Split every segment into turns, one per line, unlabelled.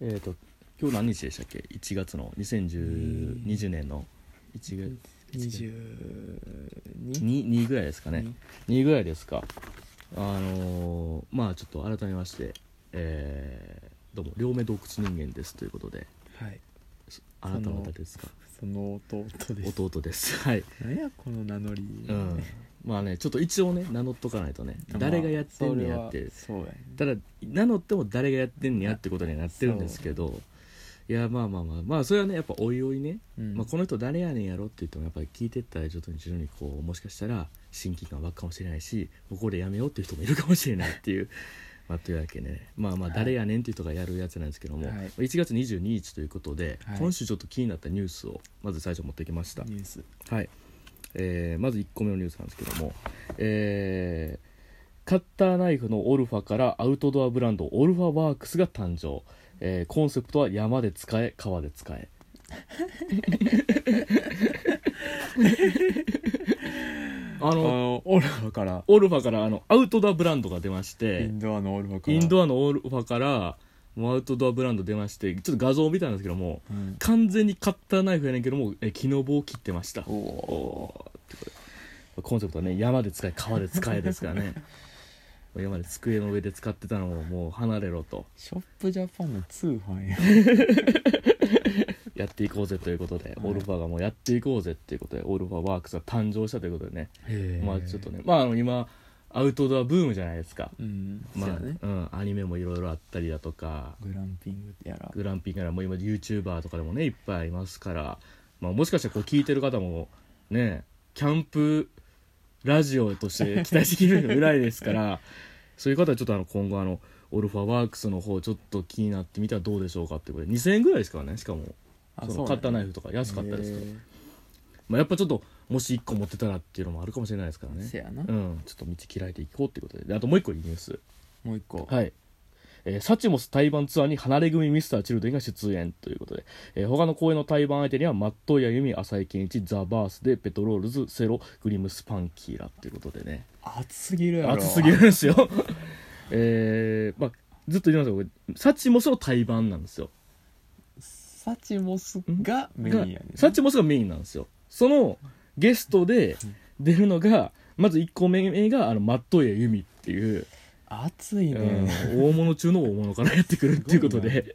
えっ、と今日何日でしたっけ1月の2020年の1月
22
2, 2ぐらいですかね2ぐらいですかあのーまあちょっと改めましてえーどうも両目洞窟人間ですということで
はい
あなたの方ですか
その弟です
弟です はい
何やこの名乗り、
うんまあねちょっと一応ね名乗っとかないとね
まあ
誰がやってんねやって
それはそうやね
ただ名乗っても誰がやってんねやってことにはなってるんですけどいやまあまあまあまあそれはねやっぱおいおいね
うん
まあ、この人誰やねんやろって言ってもやっぱり聞いてったら徐々に徐々にこうもしかしたら親近感湧くかもしれないしここでやめようっていう人もいるかもしれないっていうまあというわけでねまあまあ
はい
誰やねんっていう人がやるやつなんですけども、
はい
1月22日ということで、
はい
今週ちょっと気になったニュースをまず最初持ってきました、
ニュース
はいえーまず1個目のニュースなんですけども、えーカッターナイフのオルファからアウトドアブランドオルファワークスが誕生、えーコンセプトは山で使え川で使 えあ
あ
の
のオルファから
オルファからあのアウトドアブランドが出まし
イ
て
ンドアのオルファから
インドアのオルファからもうアウトドアブランド出ましてちょっと画像を見たんですけども
ア、うん、
完全にカッターナイフやねんけども、えー木の棒を切ってました
おお
コンセプトはね山で使え川で使えですからね 今まで机の上で使ってたのをもう離れろと
ショップジャパンの通販や
やっていこうぜということで、
はい
オルファがもうやっていこうぜっていうことでオルファワークスが誕生したということでね、まあちょっとねまああの今アウトドアブームじゃないですか、
うん
まあ
そうやね
うん、アニメもいろいろあったりだとか
グランピングやら
グランピングからもう今 YouTuber とかでもねいっぱいいますから、まあ、もしかしたらこう聞いてる方もねキャンプラジオとして期待してきるぐらいですから そういう方はちょっとあの今後あのオルファワークスの方ちょっと気になってみたらどうでしょうかってことで2000円ぐらいですからねしかもそのカッターナイフとか安かったですけど、
ね
まあ、やっぱちょっともし1個持ってたらっていうのもあるかもしれないですからね
せやな、
うんちょっと道切られていこうってことでであともう1個いいニュース
もう一個
はい。えーサチモス対バンツアーに離れ組ミスターチルドレンが出演ということで、えー他の公演の対バン相手には、マットイヤユミ、浅井健一、ザ・バースで、ペトロールズ、セロ、グリムスパンキーラということでね、
熱すぎるやろ
熱すぎるんですよ。 えーまあ、ずっと言いますけど、サチモスの対バンなんですよ。
サチモスがメインやね
がサチモスがメインなんですよ。そのゲストで出るのが、まず1個目が、あの、マットイヤユミっていう、
熱いね、
うん大物中の大物からやってくるっていうこと
すごい
で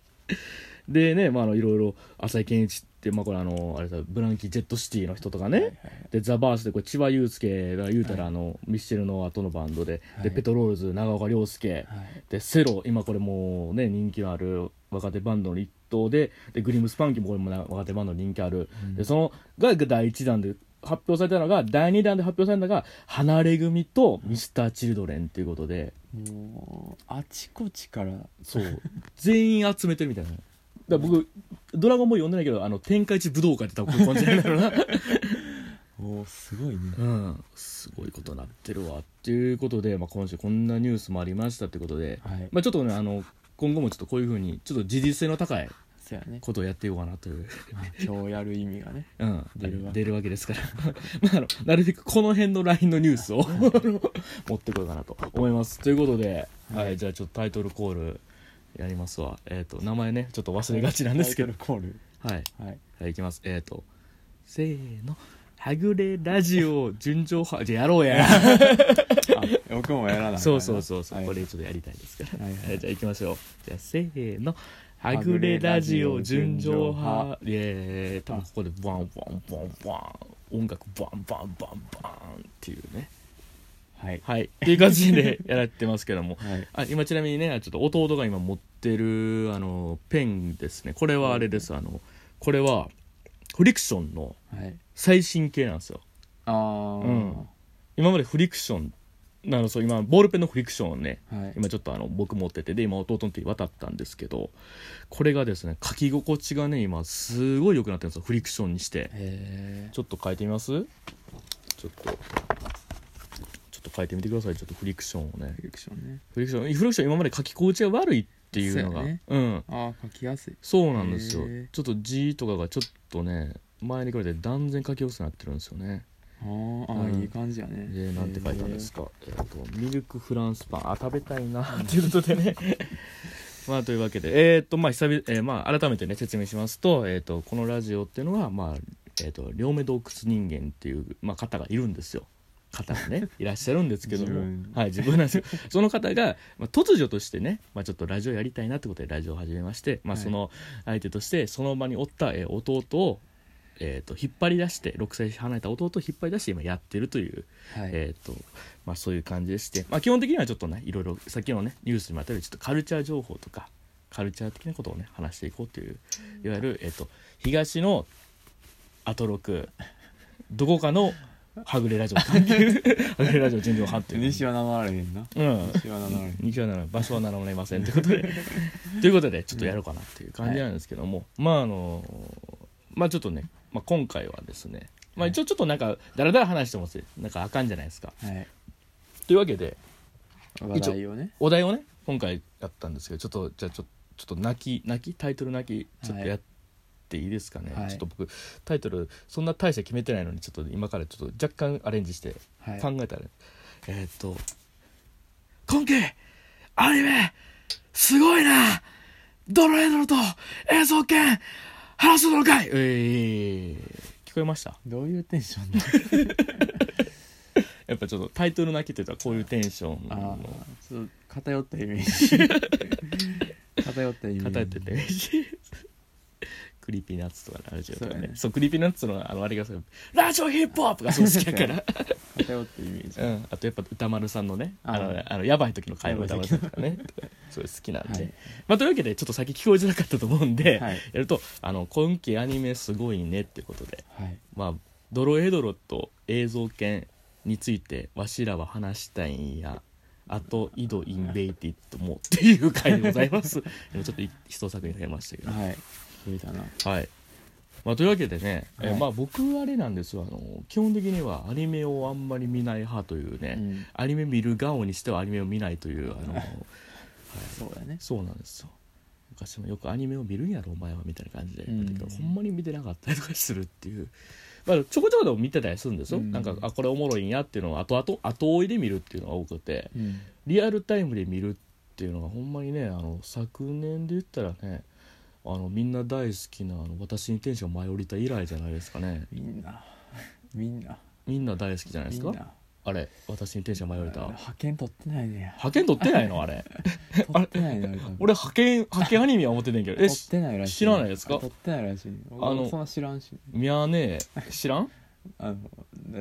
でねまああのいろいろ浅井健一ってまあこれあのあれさブランキー・ジェット・シティの人とかね、
はいはい
でザ・バースでこれ千葉雄介が言うたら
は
あの、ミッシェルの後のバンドで,、
はい
でペトロールズ長岡亮介、
はい
でセロ今これもうね人気のある若手バンドの一党ででグリムスパンキーもこれもな若手バンドの人気ある、
うん
でそのが第1弾で発表されたのが第2弾で発表されたのが「離れ組」と「ミスターチルドレンっていうことで。
もうあちこちから
そう全員集めてるみたいなだから僕「ドラゴンボーイ」読んでないけどあの天下一武道会って多分こういう感じなんだろうな
おおすごいね
うんすごいことなってるわっていうことで、まあ、今週こんなニュースもありましたってことで、
はい
まあ、ちょっとねあの今後もちょっとこういうふうにちょっと自立性の高い
そやね
ことをやっていこうかなという、
まあ今日やる意味がね
うん、
出るわ
出るわけですから まああのなるべくこの辺の LINE のニュース を持ってこようかなと思いますということで、はいじゃあちょっとタイトルコールやりますわえっ、と名前ねちょっと忘れがちなんですけど
タイトルコー
はい
ルはい
はい、いきます。えっ、ー、と、せーの、はぐれラジオ純情派、じゃあやろうや。
あ僕もやらない
そうそうそうそう、
はい
これちょっとやりたいんですから。
はいはい
はいじゃあ行きましょう。じゃあせーの、はぐれラジオ純情派。イエーイ、多分ここでバンバンバンバン、音楽バンバンバンバンっていうね。
はい
はい、っていう感じでやられてますけども。
はい
あ今ちなみにねちょっと弟が今持ってるあのペンですねこれはあれですあのこれはフリクションの
はい
最新系なんですよ
ああ
うん今までフリクションなのそう今ボールペンのフリクションをね
はい
今ちょっとあの僕持っててで今弟の手に渡ったんですけどこれがですね書き心地がね今すごい良くなってるんですよフリクションにして
へえ
ちょっと書いてみますちょっとちょっと書いてみてくださいちょっとフリクションをね
フリクションね
フリクションフリクション今まで書き心地が悪いっていうのが
そうやね
うん
ああ書きやすい
そうなんですよ
へー
ちょっと字とかがちょっとね前に比べて断然書きやすくなってるんですよね
あーあ
うん
ーいい感じやね
でなんて書いたんですか、えっとミルクフランスパンあ食べたいなということでね まあというわけでえーっとまあ久々、えーまあ改めてね説明しますと,、えーっとこのラジオっていうのはまあえーっと両目洞窟人間っていう、まあ、方がいるんですよ方がねいらっしゃるんですけども
自分
はい自分なんですよその方が、まあ、突如としてね、まあ、ちょっとラジオやりたいなってことでラジオを始めまして、まあ、
はい
その相手としてその場におった、えー弟を、えー、と引っ張り出して6歳離れた弟を引っ張り出して今やってるという
はい
えーとまあ、そういう感じでして、まあ、基本的にはちょっとねいろいろさっきのねニュースにもあったようにちょっとカルチャー情報とかカルチャー的なことをね話していこうといういわゆる、えー、と東のアトロクどこかのはぐれラジオっていうはぐれラジオ全然派っていう
西は名乗られへんな
うん
西は名乗られへん
西はなら場所は名乗れませんということでということでちょっとやろうかなっていう感じなんですけども、まああのまあちょっとね、まあ、今回はですねまあ一応ちょっとなんかだらだら話してもなんかあかんじゃないですか
はい
というわけで
話題をね
お題をね今回やったんですけどちょっとじゃあちょちょっと泣き泣きタイトル泣きちょっとやっていいですかね、
はい
ちょっと僕タイトルそんな大して決めてないのにちょっと今からちょっと若干アレンジして
はい
考えたら、えーっと「今季アニメすごいなドロエドロと映像権話すのかい!」えー聞こえました
どういうテンションだ
やっぱちょっとタイトル泣きというとこういうテンション
あ
の
ーちょっと偏ったイメ ージ偏ったイメージ
偏ってて 嬉しいクリーピーナッツとかのラジオとか
そう
ね
や
そう
ね
クリーピーナッツのあのあれがさラジオヒップホップがそう好きやから
偏ったイメージ
うんあとやっぱ歌丸さんのね
あ
あのあのやばい時の会話歌丸さんとかねそういう好きなんで、
はい
まあというわけでちょっと先聞こえづらかったと思うんで、
はい
やるとあの今期アニメすごいねってことで
はい
まあドロエドロと映像犬についてわしらは話したいんやあと井戸インベイティッドもっていう回でございます でもちょっとい一作に増えましたけど
はい増えたな
はい、まあ、というわけでね、え
はい
まあ僕あれなんですよあの基本的にはアニメをあんまり見ない派というね、
うん
アニメ見る顔にしてはアニメを見ないというあの
そうだね
そうなんですよ昔もよくアニメを見るんやろお前はみたいな感じで、
うん
だけどほんまに見てなかったりとかするっていう、まあ、ちょこちょこでも見てたりするんですよ、
うん
なんかあこれおもろいんやっていうのを後々後追いで見るっていうのが多くて
うん
リアルタイムで見るっていうのがほんまにねあの昨年で言ったらねあのみんな大好きなあの「私に天使が舞い降りた」以来じゃないですかね
みんなみんな
みんな大好きじゃないで
み
す
ん
か
な
あれ「私に天使が舞い降りた」
派遣取ってないね
派遣取ってないのあ れ
取ってないね多分
俺派遣派遣アニメは思っててんけどえ
撮ってないらしい
知らないですか
あ撮ってないらしいあ
あの
そんな知らんし
みやね知 らん
あの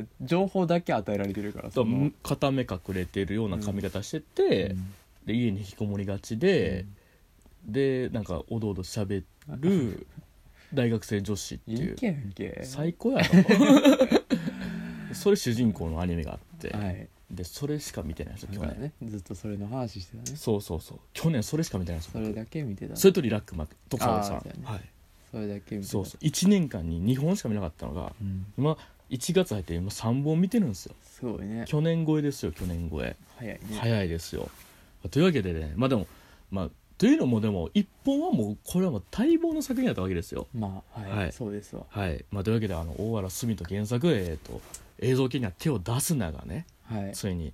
な情報だけ与えられてるから
と
その
片目隠れてるような髪型してて、で家に引きこもりがちで、でなんかおどおどしゃべ る大学生女子って
うんい
い
いうけんけ
最高やろ それ主人公のアニメがあって、
はい
でそれしか見てないんですよ
だ
去
から
年、
ねずっとそれの話してたね
そうそうそう去年それしか見てないんです
そ
よ
れ
僕
だけ見てた
それとリラックマとかをさ
あーそうやね
はい、
それだけ見てた
そうそう1年間に2本しか見なかったのが
うん
今1月入って今3本見てるんですよ
すごいね
去年超えですよ去年超え
早いね
早いですよというわけでねまあでもまあというのもでも1本はもうこれはもう待望の作品だったわけですよ
まあはい、
はい
そうですわ
はい、まあ、というわけであの大原純と原作、えー、と映像系には手を出すながね
はい
ついに、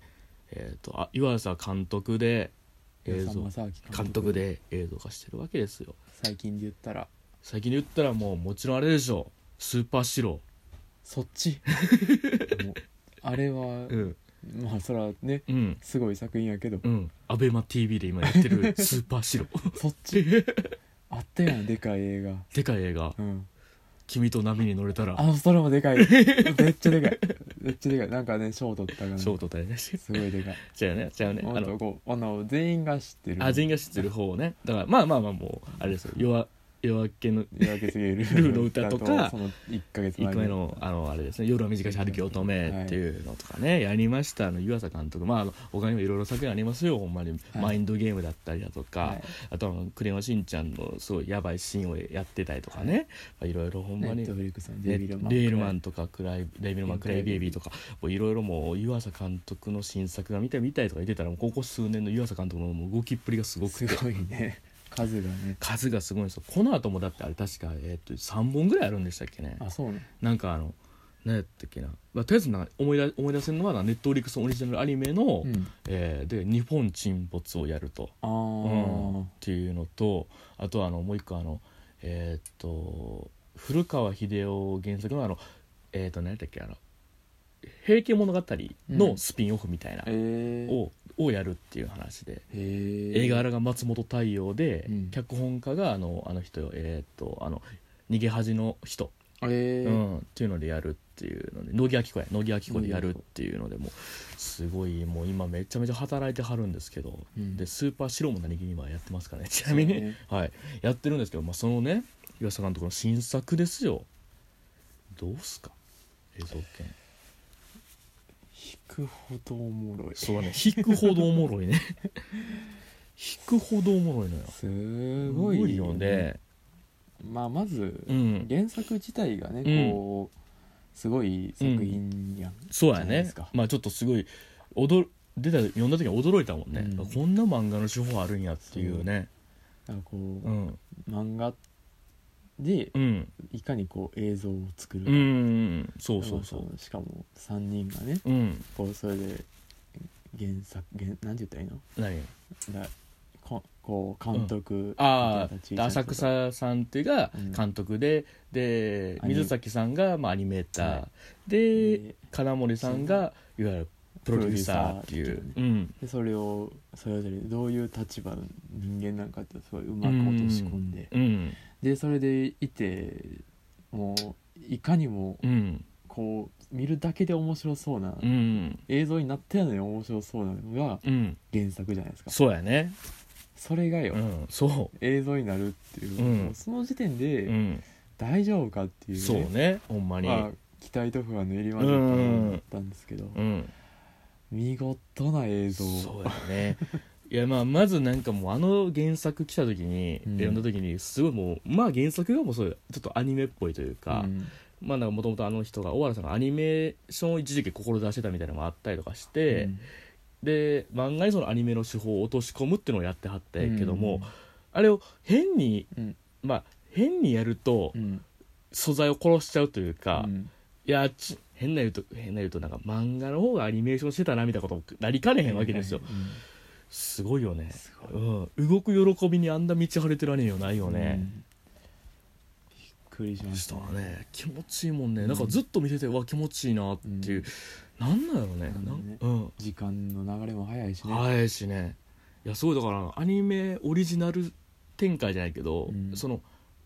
えー、とあ岩佐監督で映像
正明
監督で映像化してるわけですよ
最近で言ったら
最近で言ったらもうもちろんあれでしょうスーパーシロ
そっ ちもうあれは
ーうん
まあそらね
うん
すごい作品やけど
うんアベマ t v で今やって るスーパーシロー
そっち あったやんでかい映画
でかい映画
うん
「君と波に乗れたら
あのそれもでかいめっちゃでかいめっちゃでかいなんかね賞取ったから、」ね、
ショート大変だし
すごいでかい
違うよね違うよね
も
あ
っ
の
とこうあの全員が知ってる
あ全員が知ってる方をねだからまあまあまあもうあれですよ夜夜明けの
夜明けすぎるル
ーの歌とか
その1ヶ月
一
前
個目のあのあれですね「夜は短し歩き乙女」っていうのとかね、やりましたあの湯浅監督まああの他にもいろいろ作品ありますよほんまに、
はい
マインドゲームだったりだとか、
はい
あとはあの「クレヨンしんちゃん」のすごいやばいシーンをやってたりとかね、まあいろいろほん
ネ
まに
ット。フリックスの
レ
デ
イ
ビルマン
ルマンとかクライレイビルマンクライベイビーとかもういろいろもう湯浅監督の新作が見たい見たいとか言ってたらもうここ数年の湯浅監督のもう動きっぷりがすごく
す
て
ごいね数がね
数がすごいんですよこの後もだってあれ確か、えー、と3本ぐらいあるんでしたっけね
あそうね
なんかあの何やったっけな、まあ、とりあえずな思い出思い出せるのはなネットフリックスオリジナルアニメの、
うん、
えーで「日本沈没」をやるとっ
ああ、
んていうのとあとはあのもう一個あのえーっと古川英夫原作のあのえーっと何やったっけあの「平家物語」のスピンオフみたいな、
えー、
ををやるっていう話で
へー
映画が松本太陽で、
うん
脚本家があのあの人よえーっとあの逃げ恥の人、
え
う
ー
ん、っていうのでやるっていうので乃木明子や乃木明子でやるっていうのでもうすごいもう今めちゃめちゃ働いてはるんですけど、
うん
でスーパー白も何気に今やってますからね ちなみに、
そうね
はい、やってるんですけど、まあ、そのね岩佐監督の新作ですよどうすか映像権
引くほどおもろい
そうだね引くほどおもろいね引くほどおもろいのよ
すごい
すよね
まあまず、
うん
原作自体がね
うん
こうすごい作品やん、
そうや
じゃない
ね
ですか
まあちょっとすごい驚出た読んだ時は驚いたもんね、
うん
こんな漫画の手法あるんやっていうね
なんかこう、
うん
漫画で
うん
いかにこう映像を作
う
るか、
んそうそうそ
まあ
う
のしかも3人がね
うん
こうそれで原作原なんて言ったらいいの
何
だここう監督
あ
み
あ
たいな立ち位置の人
浅草さんっていうが
うん
監督で、で
アニメ
水崎さんがまあアニメーター、
は
で
で
金森さんがいわゆるプロデューサーっていう
プロデューサーって
うん
でそれをそれぞれどういう立場の人間なんかってすごいうまく落とし込んで、
うん
でそれでいてもういかにも
うん
こう見るだけで面白そうな、
うん
映像になったように面白そうなのが
うん
原作じゃないですか
そうやね
それがよ、
うんそ
映像になるっていう、
うん
もうその時点
う、
で
うん、
大丈夫かっていう,、
そうねほんまに、
まあ、期待と不安の入り混じったものだったんですけど、
うん
見事な映像
そうやねいやまあまずなんかもうあの原作来た時に、
うん
読んだ時にすごいもうまあ原作がもうそういうちょっとアニメっぽいというか、
うん
まあなんかもともとあの人が大原さんがアニメーションを一時期志してたみたいなのもあったりとかして、で漫画にそのアニメの手法を落とし込むっていうのをやってはったんやけども、、あれを変に
うん
まあ変にやると
うんうん
素材を殺しちゃうというか、
うん
いやち変な言うと変な言うとなんか漫画の方がアニメーションしてたなみたいなことなりかねへんわけですよ、
う
すごいよね
んすごい
うん、動く喜びにあんな道晴れてらねえよないよ
う
ね、
んびっくりしまし
したら
たね
ね気持ちいいもんね、
うん
なんかずっと見ててうわ気持ちいいなっていう、なんなんやろうね
なんだろうね
なん
時間の流れも早いし
うん
ね、
早いしねいやすごいだからアニメオリジナル展開じゃないけど、
うん
その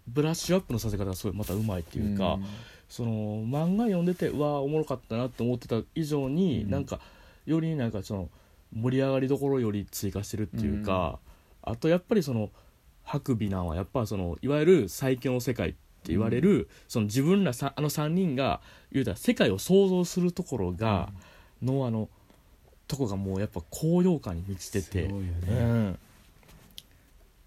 ブラッシュアップのさせ方がすごいまたうまいっていうか、
ん
その漫画読んでてうわおもろかったなって思ってた以上に、
うん
なんかよりなんかその盛り上がりどころより追加してるっていうか、あとやっぱりその白尾なんはやっぱそのいわゆる最強の世界って言われる、その自分らさあの3人が言うたら世界を想像するところが、のあのとこがもうやっぱ高揚感に満ちてて。
すごいよ
う
ね、
ん、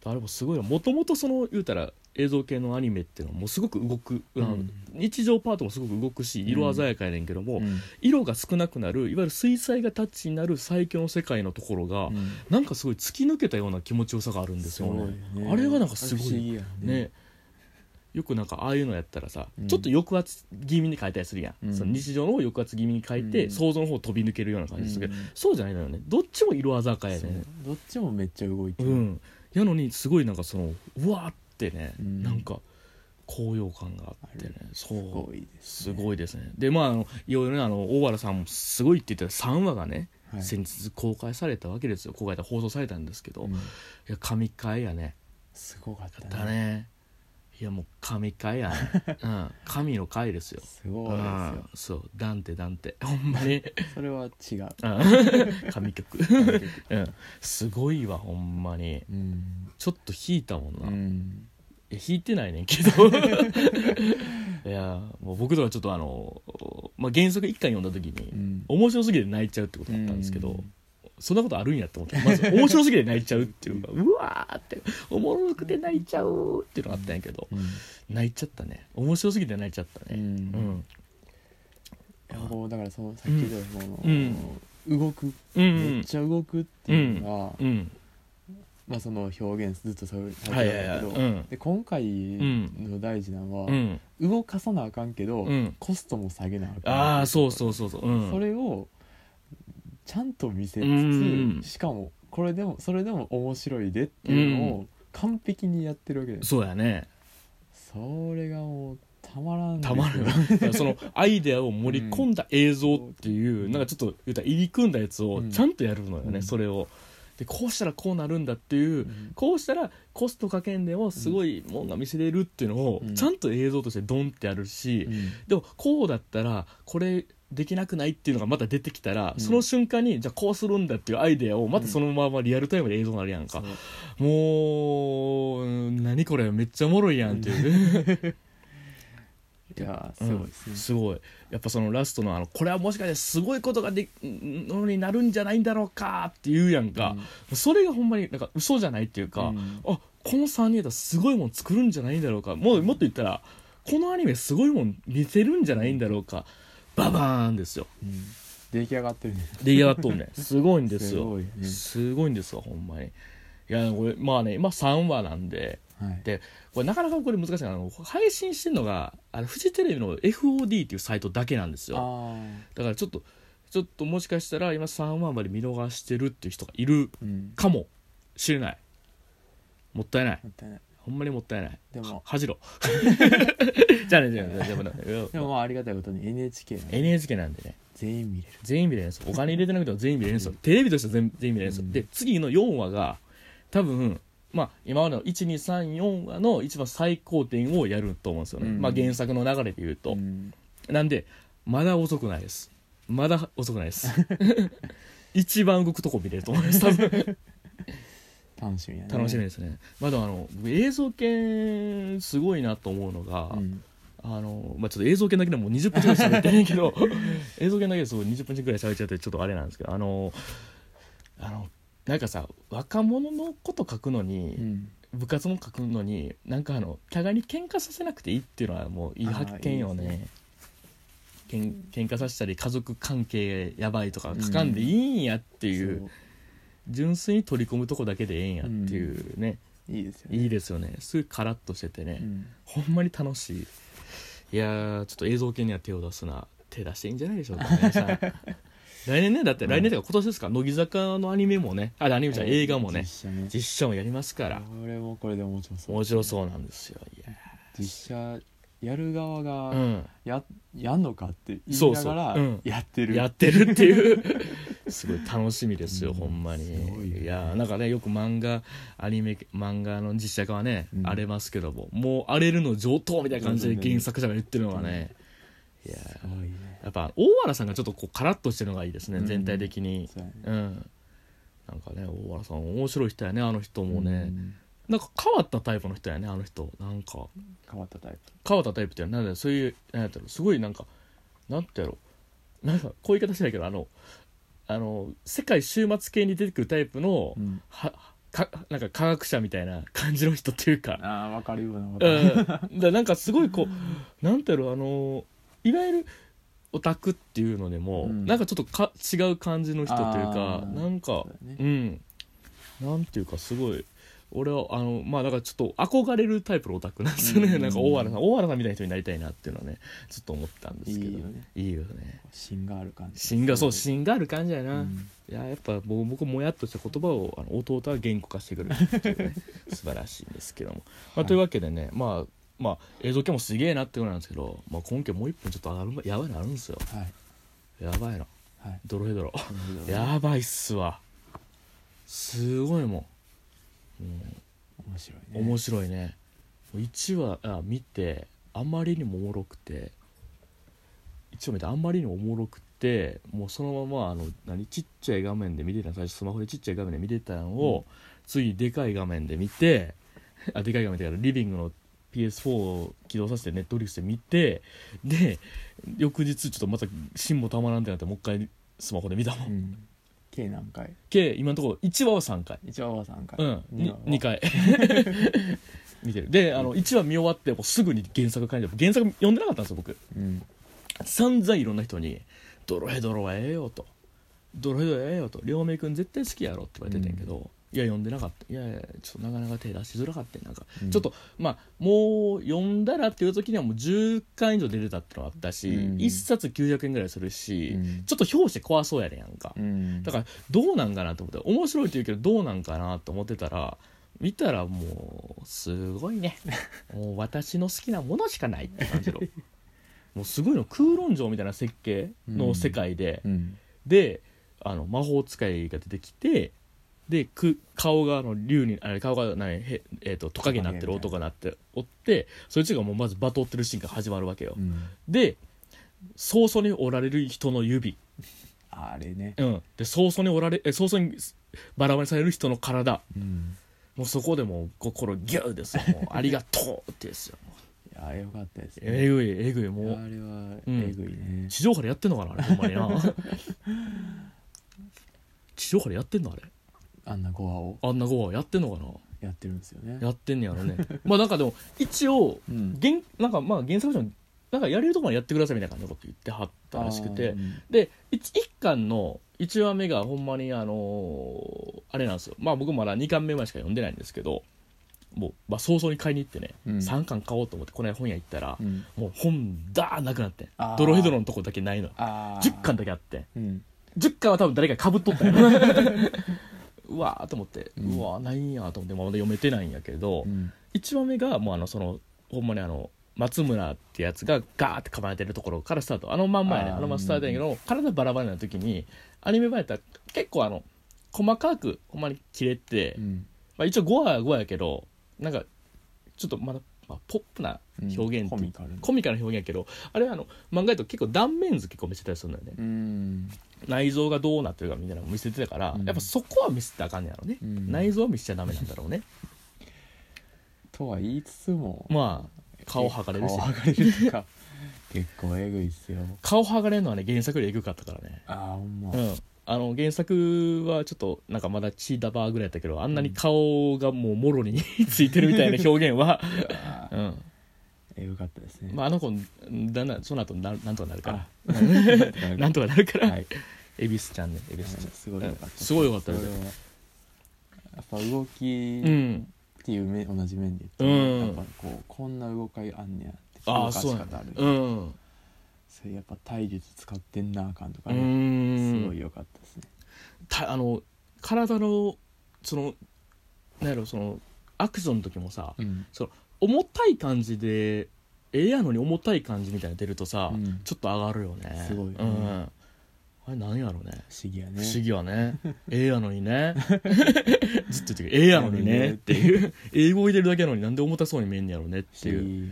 あれもすごいなもともとその言うたら映像系のアニメっていうのはもうすごく動く、あの
うん
日常パートもすごく動くし色鮮やかやねんけども、
うん
色が少なくなるいわゆる水彩画タッチになる最強の世界のところが、
うん
なんかすごい突き抜けたような気持ちよさがあるんですよね。
すごいね
あれがなんかすごい
不思議や
ねよくなんかああいうのやったらさ、
うん
ちょっと抑圧気味に描いたりするやん、
うん
その日常の方を抑圧気味に描いて、
うん
想像の方を飛び抜けるような感じでするけど、そうじゃないのよねどっちも色鮮やかや
そ
ねん
うどっちもめっちゃ動いて
う
る、
ん、やのにすごいなんかそのうわーってね、
うん
なんか高揚感があってね
あ
そ
すご
う
いです、
す
ね、
ごいですねでまああのいろいろねあの大原さんもすごいって言ってた3話がね、
はい
先日公開されたわけですよ公開で放送されたんですけど、
う
い
ん
や神回やね
すごかっ
や
た
ったねいやもう神回 やね、うん、神の回ですよ
すごいで
う
すよ
んそうダンテダンテ ほんまに
それは違う
うん神曲、
うん
うん、すごいわほんまに
うん、
ちょっと引いたもんな、
うん、
いや弾いてないねんけ どいやもう僕とはちょっとあの、まあ、原作一巻読んだ時に、
うん
面白すぎて泣いちゃうってことだったんですけど、
うん
そんなことあるんやって思ってまず面白すぎて泣いちゃうっていうかうわーっておもろくて泣いちゃうっていうのがあったんやけど泣いちゃったね面白すぎて泣いちゃった
う
ねうんん
いやもうだからそのさっき言ったその、
うん
動く、
うんう
めっ
ん
ちゃ動くっていうのが、
うん
まあ、その表現ずっとそれさ
は
れ
い
て
はい
た
は
ん
い
だけど、
うん
で今回の大事なのは、
うん
動かさなあかんけど、
うん
コストも下げなあかん
ああそうそうそうそううん
それをちゃんと見せつ
う
つ、
ん
しかもこれでもそれでも面白いでっていうの
う
を完璧にやってるわけです、
そうやね
それがもうたまらんです
た
よ
まるよだからそのアイデアを盛り込んだ映像っていう、
うん
なんかちょっと言うたら入り組んだやつを
うん
ちゃんとやるのよね、
うん
それをでこうしたらこうなるんだっていう、
うん
こうしたらコストかけんでもすごいもんが見せれるっていうのを
うん
ちゃんと映像としてドンってやるし、
うん
でもこうだったらこれできなくないっていうのがまた出てきたら、
うん
その瞬間にじゃあこうするんだっていうアイデアをまたそのままリアルタイムで映像になるやんか、
そう
もううん何これめっちゃおもろいやんっていう。
いや
う
ー
ん
すごいですね、
すごいやっぱそのラストのあのこれはもしかしてすごいことができんのになるんじゃないんだろうかっていうやんか、それがほんまになんか嘘じゃないっていうか、
うん
あこの3人だすごいもん作るんじゃないんだろうかもうもっと言ったらこのアニメすごいもん見せるんじゃないんだろうかババーンですよ
うん出来上がってるね
出来上がっとん ねすごいんです
す
よ
ごいね
すごいんですよほんまにいやこれまあね今3話なんで
はい
でこれなかなかこれ難しいのがあの配信してるのがあのフジテレビの FOD っていうサイトだけなんです
あ
よ
ー
だからちょっとちょっともしかしたら今3話まで見逃してるっていう人がいる
うん
かもしれないもったいない
もったいない
ほんまにもったいない
でも
は恥じろ じゃあねじゃあね じゃあねじゃあね
でもまあありがたいことに NHK なんで
NHK なんでね
全員見れる
全員見れるんですよお金入れてなくても全員見れるんですよテレビとしては全全員見れるんですよ、
うん
で次の4話が多分まあ今までの1234話の一番最高点をやると思うんですよね、
うん
まあ原作の流れで言うと、
うん
なんでまだ遅くないですまだ遅くないです 一番動くとこ見れると思います多分
楽しみやね
楽しみですね、まあでもあの映像系すごいなと思うのが、
うん
あのまあ、ちょっと映像系だけでもう20分ぐらい喋ってないけど 映像系だけですごい20分ぐらい喋っちゃってちょっとあれなんですけどあのあのなんかさ若者のこと書くのに、
うん
部活も書くのになんかあの互いに喧嘩させなくていいっていうのはもういい
あー
発見よね
い
け
い
ん喧嘩させたり家族関係やばいとか書かんでいいんやっていう、純粋に取り込むとこだけでええんやっていうね、
そういいですよ
い
ね
いですよねすごいカラッとしててね、
うん
ほんまに楽しいいやーちょっと映像系には手を出すな手出していいんじゃないでしょうか 皆さん来年ねだって来年というか今年ですか乃木坂のアニメもねあアニメじゃない映画もね
実写ね
実写もやりますから
俺もこれで面白そう
面白そうなんですよいや
実写やる側
ーう
が
ん
や,、やんのかって言
そ
いうな
そう
がら
うん
やってる
やってるっていう すごい楽しみですよ、
うん
ほんまに
すごいよね
いやーなんかねよく漫画アニメ漫画の実写化はね、
うん
荒れますけどももう荒れるの上等みたいな感じで
そうだね
原作者が言ってるのがね、いやー
すごいね
やっぱ大原さんがちょっとこうカラッとしてるのがいいですね、
うん
全体的に
そうやね
うん、なんかね大原さん面白い人やねあの人もね、
ん
なんか変わったタイプの人やねあの人なんか
変わったタイ
変わったタイプっていうのはなんだろうそういうなんやったろうすごいなんかなんてやろうなんかこういう言い方しないけどあのあの世界終末系に出てくるタイプの、
プ、うん、
はかなんか科学者みたいな感じの人っていうか
ああ分かる ような分かる、
うん、だなんかすごいこうなんていうのあのいわゆるオタクっていうのでも、
うん
なんかちょっとか違う感じの人というか
あー
なんか
そうだね
うんなんていうかすごい俺はあのまあだからちょっと憧れるタイプのオタクなんですよね、
うん
なんか大原さん大原さんみたいな人になりたいなっていうのはねちょっと思ったんですけど
いいよね
いいよね
芯がある感じ
芯がそう芯がある感じやな、
うん
いややっぱもう僕もやっとした言葉をあの弟は言語化してくれるっていう ね素晴らしいんですけども、まあ、
はい
というわけでね、まあまあ映像系もすげえなってことなんですけど、まあ、今期もう一本ちょっとあるやばいのあるんですよ
はい
やばいの
はい
ドロヘドロ
なるほど
やばいっすわすごいもん、
面白い
うん
ね
面白いね1話あ見てあまりにもおもろくて1話見てあんまりにもおもろくてもうそのままあの何ちっちゃい画面で見てた最初スマホでちっちゃい画面で見てたのを、次でかい画面で見てあでかい画面だからリビングの PS4 を起動させてネットフリックスで見てで翌日ちょっとまた芯もたまらんってなってもう一回スマホで見たもん、
うん計何回
計今のところ1話は3回
一応は3回、
うん、
二話は
2回 見てるであの1話見終わってもうすぐに原作書いて原作読んでなかったんですよ僕
うん
散々いろんな人に「ドロヘドロはええよ」と「ドロヘドロはええよ」と「両名君絶対好きやろ」って言われててんけど、いや読んでなかったいやいやちょっとなかなか手出しづらかったよなんか、
うん
ちょっとまあもう読んだらっていう時にはもう10巻以上出てたってのもあったし、
うん
1冊900円ぐらいするし、
うん
ちょっと表紙怖そうやねんやんか、
うん
だからどうなんかなと思って面白いって言うけどどうなんかなと思ってたら見たらもうすごい ねもう私の好きなものしかないって感じのもうすごいの空論城みたいな設計の世界で、
うん
であの魔法使いが出てきてでく顔があの竜にあれ顔がないへ、えー、とトカゲになってる
ト
男
カゲみ
になっておってそいつがもうまずバトってるシーンから始まるわけよ、
うん
で早々に折られる人の指
あれね
うん、で早々におられえ早々にバラバラにされる人の体
うん
もうそこでもう心ギューです よもうありがとうってですよ
いやよかったですね
えぐいえぐいも
いやあ
う
れは
うん
えぐいね
地上波でやってんのかなあれほんま にな地上波でやってんのあれ
あんなゴアを
あんなごはやってんのかな
やってるんですよね
やってんねやろねまあなんかでも一応
うん
原なんかまあ原作者もなんかやれるとこまでやってくださいみたいな感じのこと言ってはったらしくて
あーうん
で 1, 巻の1話目がほんまにあのーあれなんですよまあ僕まだ2巻目までしか読んでないんですけどもう、まあ、早々に買いに行ってね、
うん
3巻買おうと思ってこの間本屋行ったら、
うん
もう本だーなくなってん
あー
ドロヘドロのとこだけないのよ
あー
10巻だけあってん
うん
10巻は多分誰かかぶっとったよ うわーと思って
うん
うわーないんやと思ってまだ読めてないんやけど、
うん
1話目がもうあのそのほんまにあの松村ってやつがガーって構えてるところからスタートあのまんまやね
あー
あのままスタートやけど体バラバラな時にアニメ版やったら結構あの細かくほんまに切れて、
うん
まあ、一応5話は5話やけどなんかちょっとまだ、まあ、ポップな表現って、
コミカルな
コミカルな表現やけどあれあの漫画やと結構断面図結構見せたりするんだよね、
うん
内臓がどうなってるかみたいなのも見せてたから、
うん
やっぱそこは見せたらあかんねやろね、
うん
内臓は見せちゃダメなんだろう ね
とは言いつつも
まあ顔剥がれるし
顔剥がれるとか 結構えぐいっすよ
顔剥がれるのはね原作よりエグかったからね
ああほんま
うんあの原作はちょっとなんかまだ血ダバーぐらいやったけどあんなに顔がもうもろについてるみたいな表現は、
あ
う
ー
ん
えぐかったですね
まあ、あの子だんだんその後ななんとかなるから
あなんとか
なんとかなるから、
はい
恵比寿ちゃんね恵比寿ちゃん
すごいよかった
すごいよかったです
それはやっぱ動き
う
っ
ん
ていう面同じ面で言
うん
やっぱこうこんな動かいあんねやって
あ
動
あ
かし
そう
方
なんだ
ある
うん
それやっぱ体術使ってんなあかんとか
う
ね
ん
すごいよかったですね
たあの体のそのなんやろそのアクションの時もさ
うん
重たい感じでええやのに重たい感じみたいなの出るとさ、
うん
ちょっと上がるよね
すごいよ
うん
ね
あれなんやろうね
不思議や
不
ね
思議はね ええやのにねずっと言ってるけどええやのにねっていう英語入れるだけやのになんで重たそうに見えんねやろうねって
不思
いう
議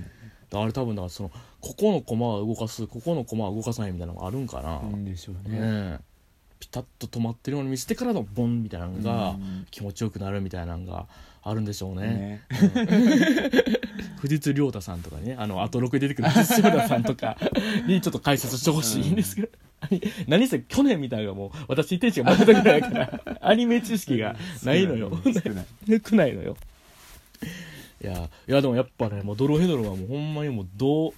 あれ多分だからそのここの駒は動かすここの駒は動かさないみたいなのがあるんかな、
なんでしょう
ね
ね
えピタッと止まってるように見せてからのボンみたいなのが、
うん
気持ちよくなるみたいなのがあるんでしょうね
ね
富士通亮太さんとかねあのアトロクに出てくる富士通亮太さんとかにちょっと解説してほしいんですけど、何せ去年みたいなのがもう私天地が負けたぐらいだからアニメ知識がないのよ
少ない
なくないのよいやいやでもやっぱねもうドロヘドロはもうほんまにもうド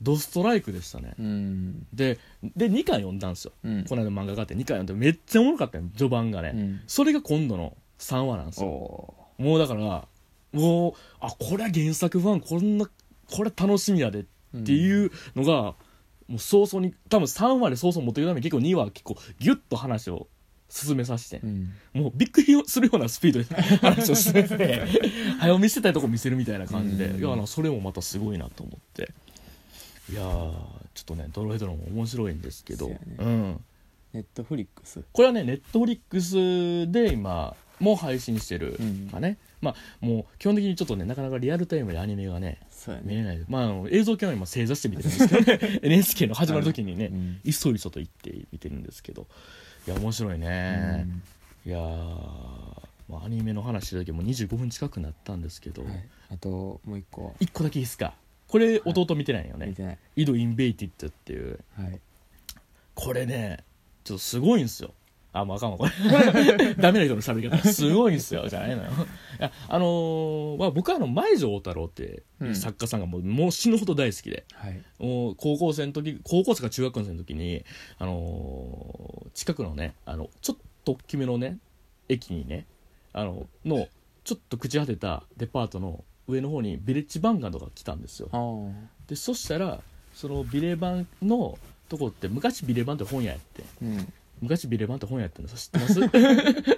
ドストライクでしたね
うん
でで2巻読んだんですよ、
うん
この間漫画があって2巻読んでめっちゃおもろかったよ序盤がね、
うん
それが今度の3話なんですよ
お
もうだからもうあこれは原作ファンこんなこれ楽しみやでっ
ー
ていうのが、もう早々に多分3話で早々持っていくために結構2話は結構ギュッと話を進めさせて
う、ん
もうびっくりするようなスピードで話を進めて 早見せたいとこ見せるみたいな感じで、
うん
いやあのそれもまたすごいなと思っていやーちょっとね「ドロヘドロ」も面白いんですけど、
そうやね
うん、
ネットフリックス
これはねネットフリックスで今もう配信してるかね、まあもう基本的にちょっとねなかなかリアルタイムでアニメがね
そうや
見れ
ね
ないまああの映像系は今正座して見てるんですけど ね NHK の始まる時にね、
うん
急いでちょっと行って見てるんですけどいや面白いね、いやー、まあ、アニメの話だけもう25分近くなったんですけど、
うんはいあともう一個
一1個だけいいですかこれ弟見てないよね、
見てない
井戸インベイティッドっていう
はい
これねちょっとすごいんすよあもうあかんわこれ ダメな人の喋り方すごいんすよじゃないのよいやあのーまあ、僕はあの前城太郎っていう作家さんがもう,、もう死ぬほど大好きで
はい
もう高校生の時高校生か中学生の時に、あのー近くのねあのちょっと大きめのね駅にねあののちょっと朽ち果てたデパートの上の方にビレッジバンガードが来たんですよ
あー
でそしたらそのビレバンのとこって昔ビレバンって本屋やって
うん
昔ビレバンって本屋やったの知ってます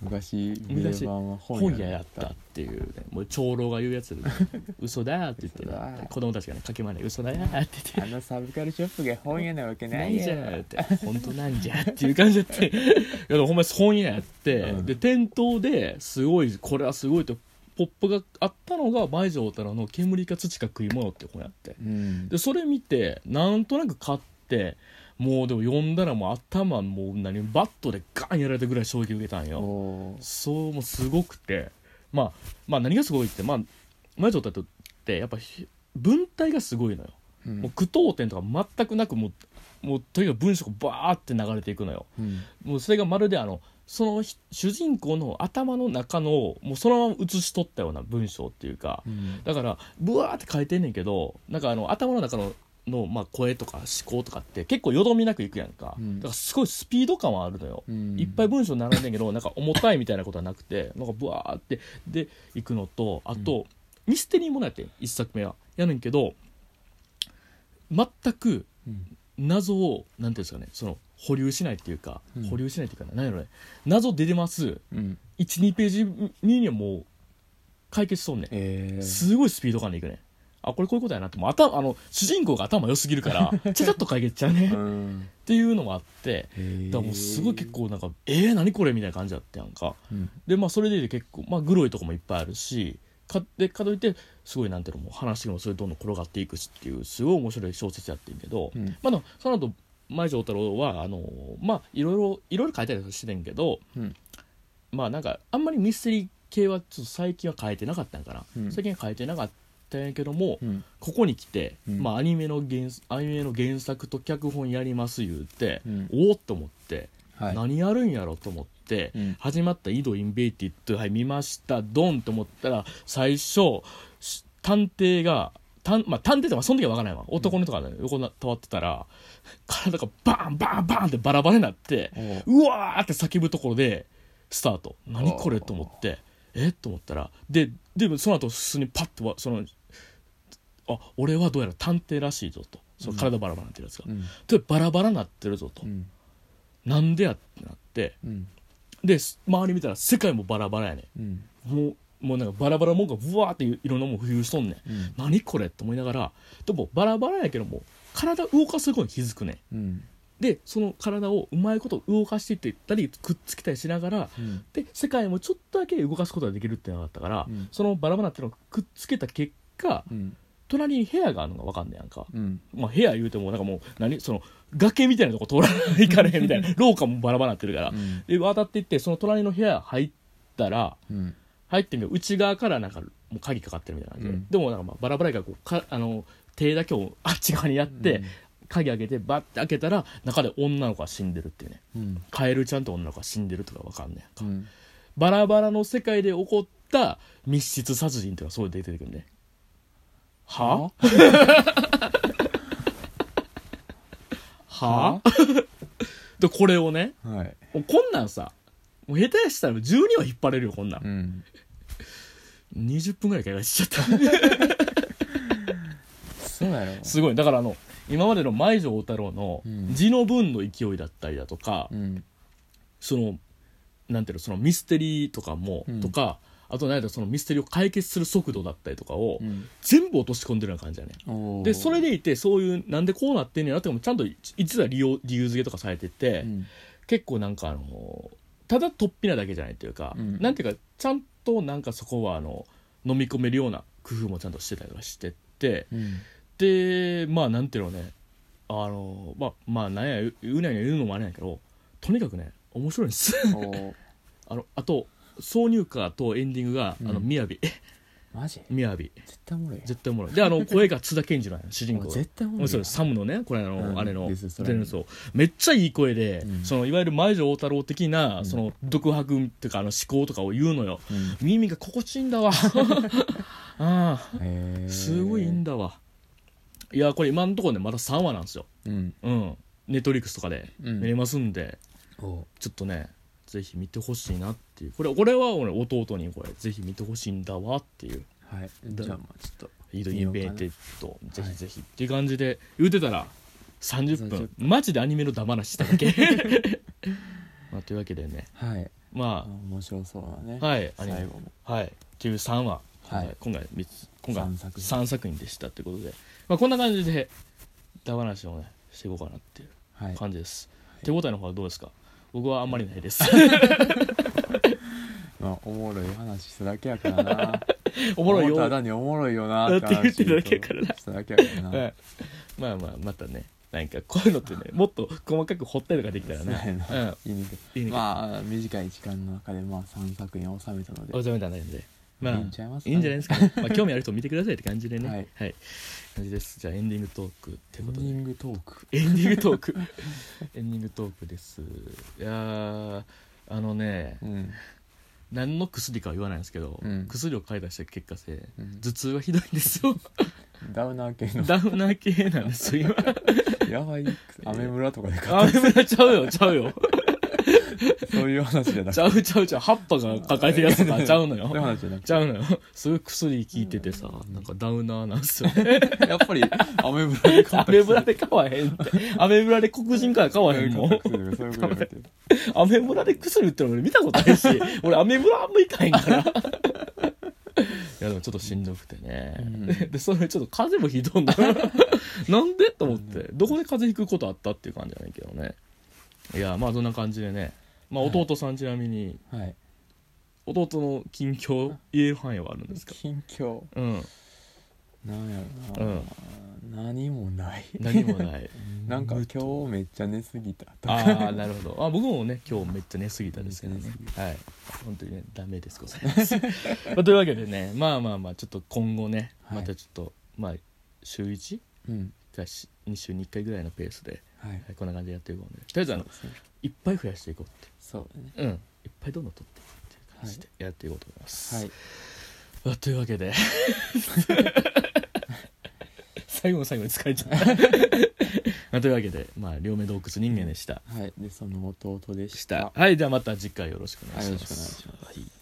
昔ビレバンは
本
本
屋
屋
や
や
っ
ったた
っていう、ね、もう長老が言うやつで、 嘘だーって言って、
嘘だー
子供たちがねかけまね嘘だーって言って
あのサブカルショップが本屋なわけ
な
ない
い
や
じゃんって本当なんじゃっていう感じだって いやでもほんまに本屋やって、
うん
で店頭ですごいこれはすごいとポップがあったのが舞城太郎の「煙か土か食い物」って本やって
うん
でそれ見てなんとなく買ってもうでも読んだらもう頭もう何バットでガンやられたぐらい衝撃受けたんよ
おー
そうもうすごくて、まあ、まあ何がすごいってまあ前城太郎ってやっぱひ文体がすごいのよ
うん
もう句読点とか全くなくもうもうとにかく文章がバーって流れていくのよ
うん
もうそれがまるであのそのひ主人公の頭の中のもうそのまま写し取ったような文章っていうか
うん
だからブワーって書いてんねんけどなんかあの頭の中のの、まあ、声とか思考とかって結構よどみなくいくやんか、
うん
だからすごいスピード感はあるのよ、
うん
いっぱい文章並んでんけどなん か重たいみたいなことはなくてなんかブワーってでいくのとあと、ミステリーものやってん一作目はやねんけど全く
うん
謎をなんていうんですかねその保留しないっていうか、
うん
保留しないっていうか何やろね謎出てます
うん
12ページにはもう解決しとんねん
えー
すごいスピード感でいくねあこれこういうことやなってもう頭あの主人公が頭良すぎるから ちゃちゃっと解決しちゃうねっ
うん
ていうのもあって
へー
だからもうすごい結構なんかえー、何これみたいな感じだったやんか
うん
でまあそれで結構まあグロいとこもいっぱいあるしかでかといってすごいなんていうのもう話もそれどんどん転がっていくしっていうすごい面白い小説やってんけど、
うん
まあでもその後前城太郎はあのまあいろいろいろいろ書いたりはしてたんやけど
うん
まあなんかあんまりミステリー系はちょっと最近は変えてなかったんかな、
うん
最近は変えてなかったんやけども、
うん
ここに来て、
うん
まあ、アニメの原アニメの原作と脚本やります言うて、
うん
おおっと思って、
はい
何やるんやろと思って、
うん
始まった「井戸インベイティッド」はい見ましたドンと思ったら最初し探偵が探まあ、探偵ってまあその時は分からないわ男の人が、ね横に倒ってたら 体がバーンバーンバーンってバラバラになって
おー
うわーって叫ぶところでスタート何これ
あー
と思ってえと思ったらででもその後普通にパッとわそのあ俺はどうやら探偵らしいぞとその体バラバラになってるやつが、
うん
でバラバラになってるぞと、
うん
なんでやってなって
うん
です周り見たら世界もバラバラやね
うん
んもうもうなんかバラバラもんがブワーっていろんなもん浮遊しとんねん
うん
何これって思いながらでもバラバラやけども体動かすことに気づくねん
うん
でその体をうまいこと動かしていっていったりくっつけたりしながら
うん
で世界もちょっとだけ動かすことができるってなかったから、
うん
そのバラバラっていうのをくっつけた結果
うん
隣に部屋があるのが分かんねやんか、
うん
まあ、部屋言うてもなんかもう何その崖みたいなとこ通らないかれへんみたいな廊下もバラバラになってるから、
うん
で渡っていってその隣の部屋入ったら
うん
入ってみる内側からなんかもう鍵かかってるみたいな感じで、
うん
でもなんかまあバラバラがこうかあの手だけを あっち側にやって、鍵開けてバッて開けたら中で女の子が死んでるっていうね
うん
カエルちゃんと女の子が死んでるとかわかんねえ
うん
バラバラの世界で起こった密室殺人とかそういうの出てくるねはあはあ でこれをね
はい
もうこんなんさもう下手したら12は引っ張れるよこんなん
うん
20分ぐらいかかしちゃった
そうやろ
すごいだからあの今までの舞城太郎の
うん
字の文の勢いだったりだとか、
うん
そのなんていうのそのミステリーとかも、
うん
とかあと何やったらそのミステリーを解決する速度だったりとかを、
うん
全部落とし込んでるような感じだね
おー
でそれでいてそういうなんでこうなってんねやなってもちゃんと実は理由理由付けとかされてて、
うん
結構なんかあのただとっぴなだけじゃないっていうか、
うん
なんていうかちゃんとなんかそこはあの飲み込めるような工夫もちゃんとしてたりはしてて
うん
でまあなんていうのねあのまあまあなんや言う言うなや言うのもあれなんやけどとにかくね面白いんです
おー
あのあと挿入歌とエンディングが「あの
うん
雅」
マジ
みやび
絶対おもろいやん
絶対おもろいで あの声が津田健次郎やん主人公
お絶対おもろいやん
そうですサムのねこれあの、
うん
あれの
ですそ
出
れ
てるそうめっちゃいい声で、
うん
そのいわゆる前城太郎的な、
うん
その独白っていうかあの思考とかを言うのよ
うん
耳が心地いいんだ わあ
へ
あ
ー
すごいいいんだわいやこれ今のところねまだ3話なんですよ
うん
うんネットリックスとかで
うん
見れますんで、
お
ちょっとねぜひ見てほしいなっていうこれ俺は俺弟にこれぜひ見てほしいんだわっていう
はい
だ
じゃあまあちょっと
イードインベイテッド
な
ぜひぜひっていう感じで言うてたら30分
30
マジでアニメのダマなししただ け、まあ、というわけでね
はいあ
ま
面白そうだね
あはいアニメ
最後も
はい13話
はい
今回三つ今回
三作品
3作品でしたということで、まあ、こんな感じでダマなしをねしていこうかなっていう
はい
感じです、
い
手応えの方はどうですか僕はあんまりないです
まあおもろい話しただけやからな
おもろい
思
よ
ったら何おもろいよなって
だっ
話
て言ってるだけやからな
しただけやから な
はいまあまあまたねなんかこういうのってねもっと細かく掘ったりとかできたら
そうや
ね
な言いにくい
うんいいね、まあ、
まあ短い時間の中でまあ3作品収めたので
おざめたんでまあ
いいんちゃいますか
いいんじゃないですかね、 まあ、興味ある人見てくださいって感じでね
はい
感じですじゃあエンディングトークって
エ
こ
ンデ
とで
ィングトーク
エンディングトー クエンディングトークですいやーあのね
うん
何の薬かは言わないんですけど、
うん
薬を買い出した結果せ
うん
頭痛がひどいんですよ
ダウナー系の
ダウナー系なんですよ今
やばいアメ村とかで買
あ
っ
村ちゃうよちゃうよ
たそういう話じゃなく
ちゃうちゃうちゃう葉っぱが抱えてるやつとかちゃうの
そういう
よ
話じゃなく
ちゃうのよそういう薬効いててさなんかダウナーなんすよね
てやっぱりアメ村で 買
ア
った
メブラで買わへんってアメブラで黒人から買わへんもん
そういうことじゃなくて
アメ村で薬売ってるの俺見たこと ないし俺アメ村あんま行かへんから いやでもちょっとしんどくてね、
うん
でそれちょっと風邪もひどんだ なんでと思って、どこで風邪ひくことあったっていう感じじゃないけどねいやまあそんな感じでね、まあ、
はい
弟さんちなみに、
はい
弟の近況言える範囲はあるんですか
近況
うん
なんやろな、何もない
何もない
なんか今日めっちゃ寝すぎたとか
ああなるほどあ僕もね今日めっちゃ寝すぎたですけどね
めっちゃ寝
はい本当にねダメですござい ます、まあ、というわけでねまあまあまあちょっと今後ね
はい
またちょっと、まあ週1
うん
かし2週に1回ぐらいのペースで、
はい
はい、こんな感じでやっていこうねとりあえずあのいっぱい増やしていこうっ
そうだね
てうんいっぱいどんどん取っていくっていう感じでやっていこうと思います、
はい
あというわけ で最後の最後に疲れちゃった まあというわけで、まあ、両目洞窟人間でした、
はいでその弟でし
したたはいではまた次回よろしくお願いします
はいよろしくお願いします
はい